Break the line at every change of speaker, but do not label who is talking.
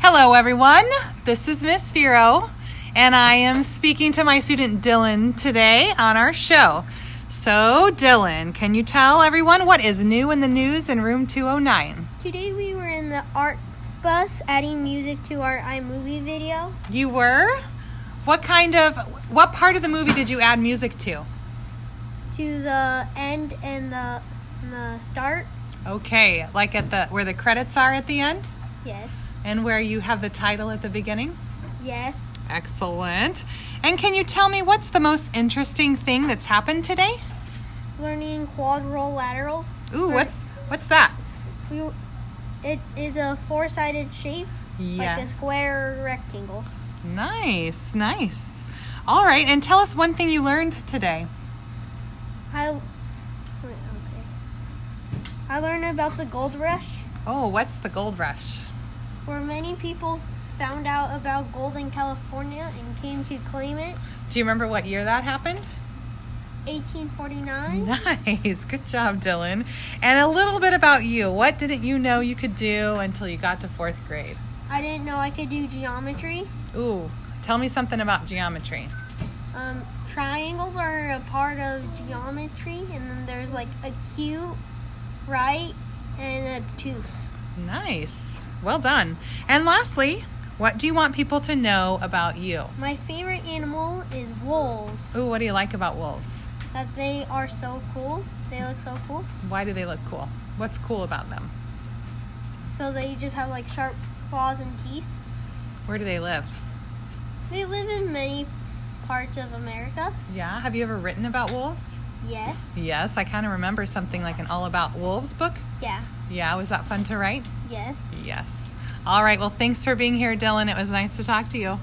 Hello, everyone. This is Miss Firo, and I am speaking to my student Dylan today on our show. So, Dylan, can you tell everyone what is new in the news in room 209?
Today we were in the art bus adding music to our iMovie video.
You were? What kind of, what part of the movie did you add music to?
To the end and the, and the start.
Okay, like at the, where the credits are at the end?
Yes.
And where you have the title at the beginning?
Yes.
Excellent. And can you tell me what's the most interesting thing that's happened today?
Learning quadrilaterals.
Ooh, what's what's that?
We, it is a four-sided shape, like a
Yes.
square rectangle.
Nice, nice. All right, and tell us one thing you learned today.
I, wait, okay. I learned about the gold rush,
Oh, what's the gold rush?
where many people found out about gold in California and came to claim it.
Do you remember what year that happened?
1849.
Nice. Good job, Dylan. And a little bit about you. What didn't you know you could do until you got to 4th grade?
I didn't know I could do geometry.
Ooh, tell me something about geometry.
Um, triangles are a part of geometry, and then there's like acute, right, and obtuse.
Nice. Well done. And lastly, what do you want people to know about you?
My favorite animal is wolves.
Ooh, what do you like about wolves?
That they are so cool. They look so cool.
Why do they look cool? What's cool about them?
So they just have like sharp claws and teeth.
Where do they live?
They live in many parts of America.
Yeah. Have you ever written about wolves?
Yes.
Yes, I kind of remember something like an All About Wolves book.
Yeah.
Yeah, was that fun to write?
Yes.
Yes. All right, well, thanks for being here, Dylan. It was nice to talk to you.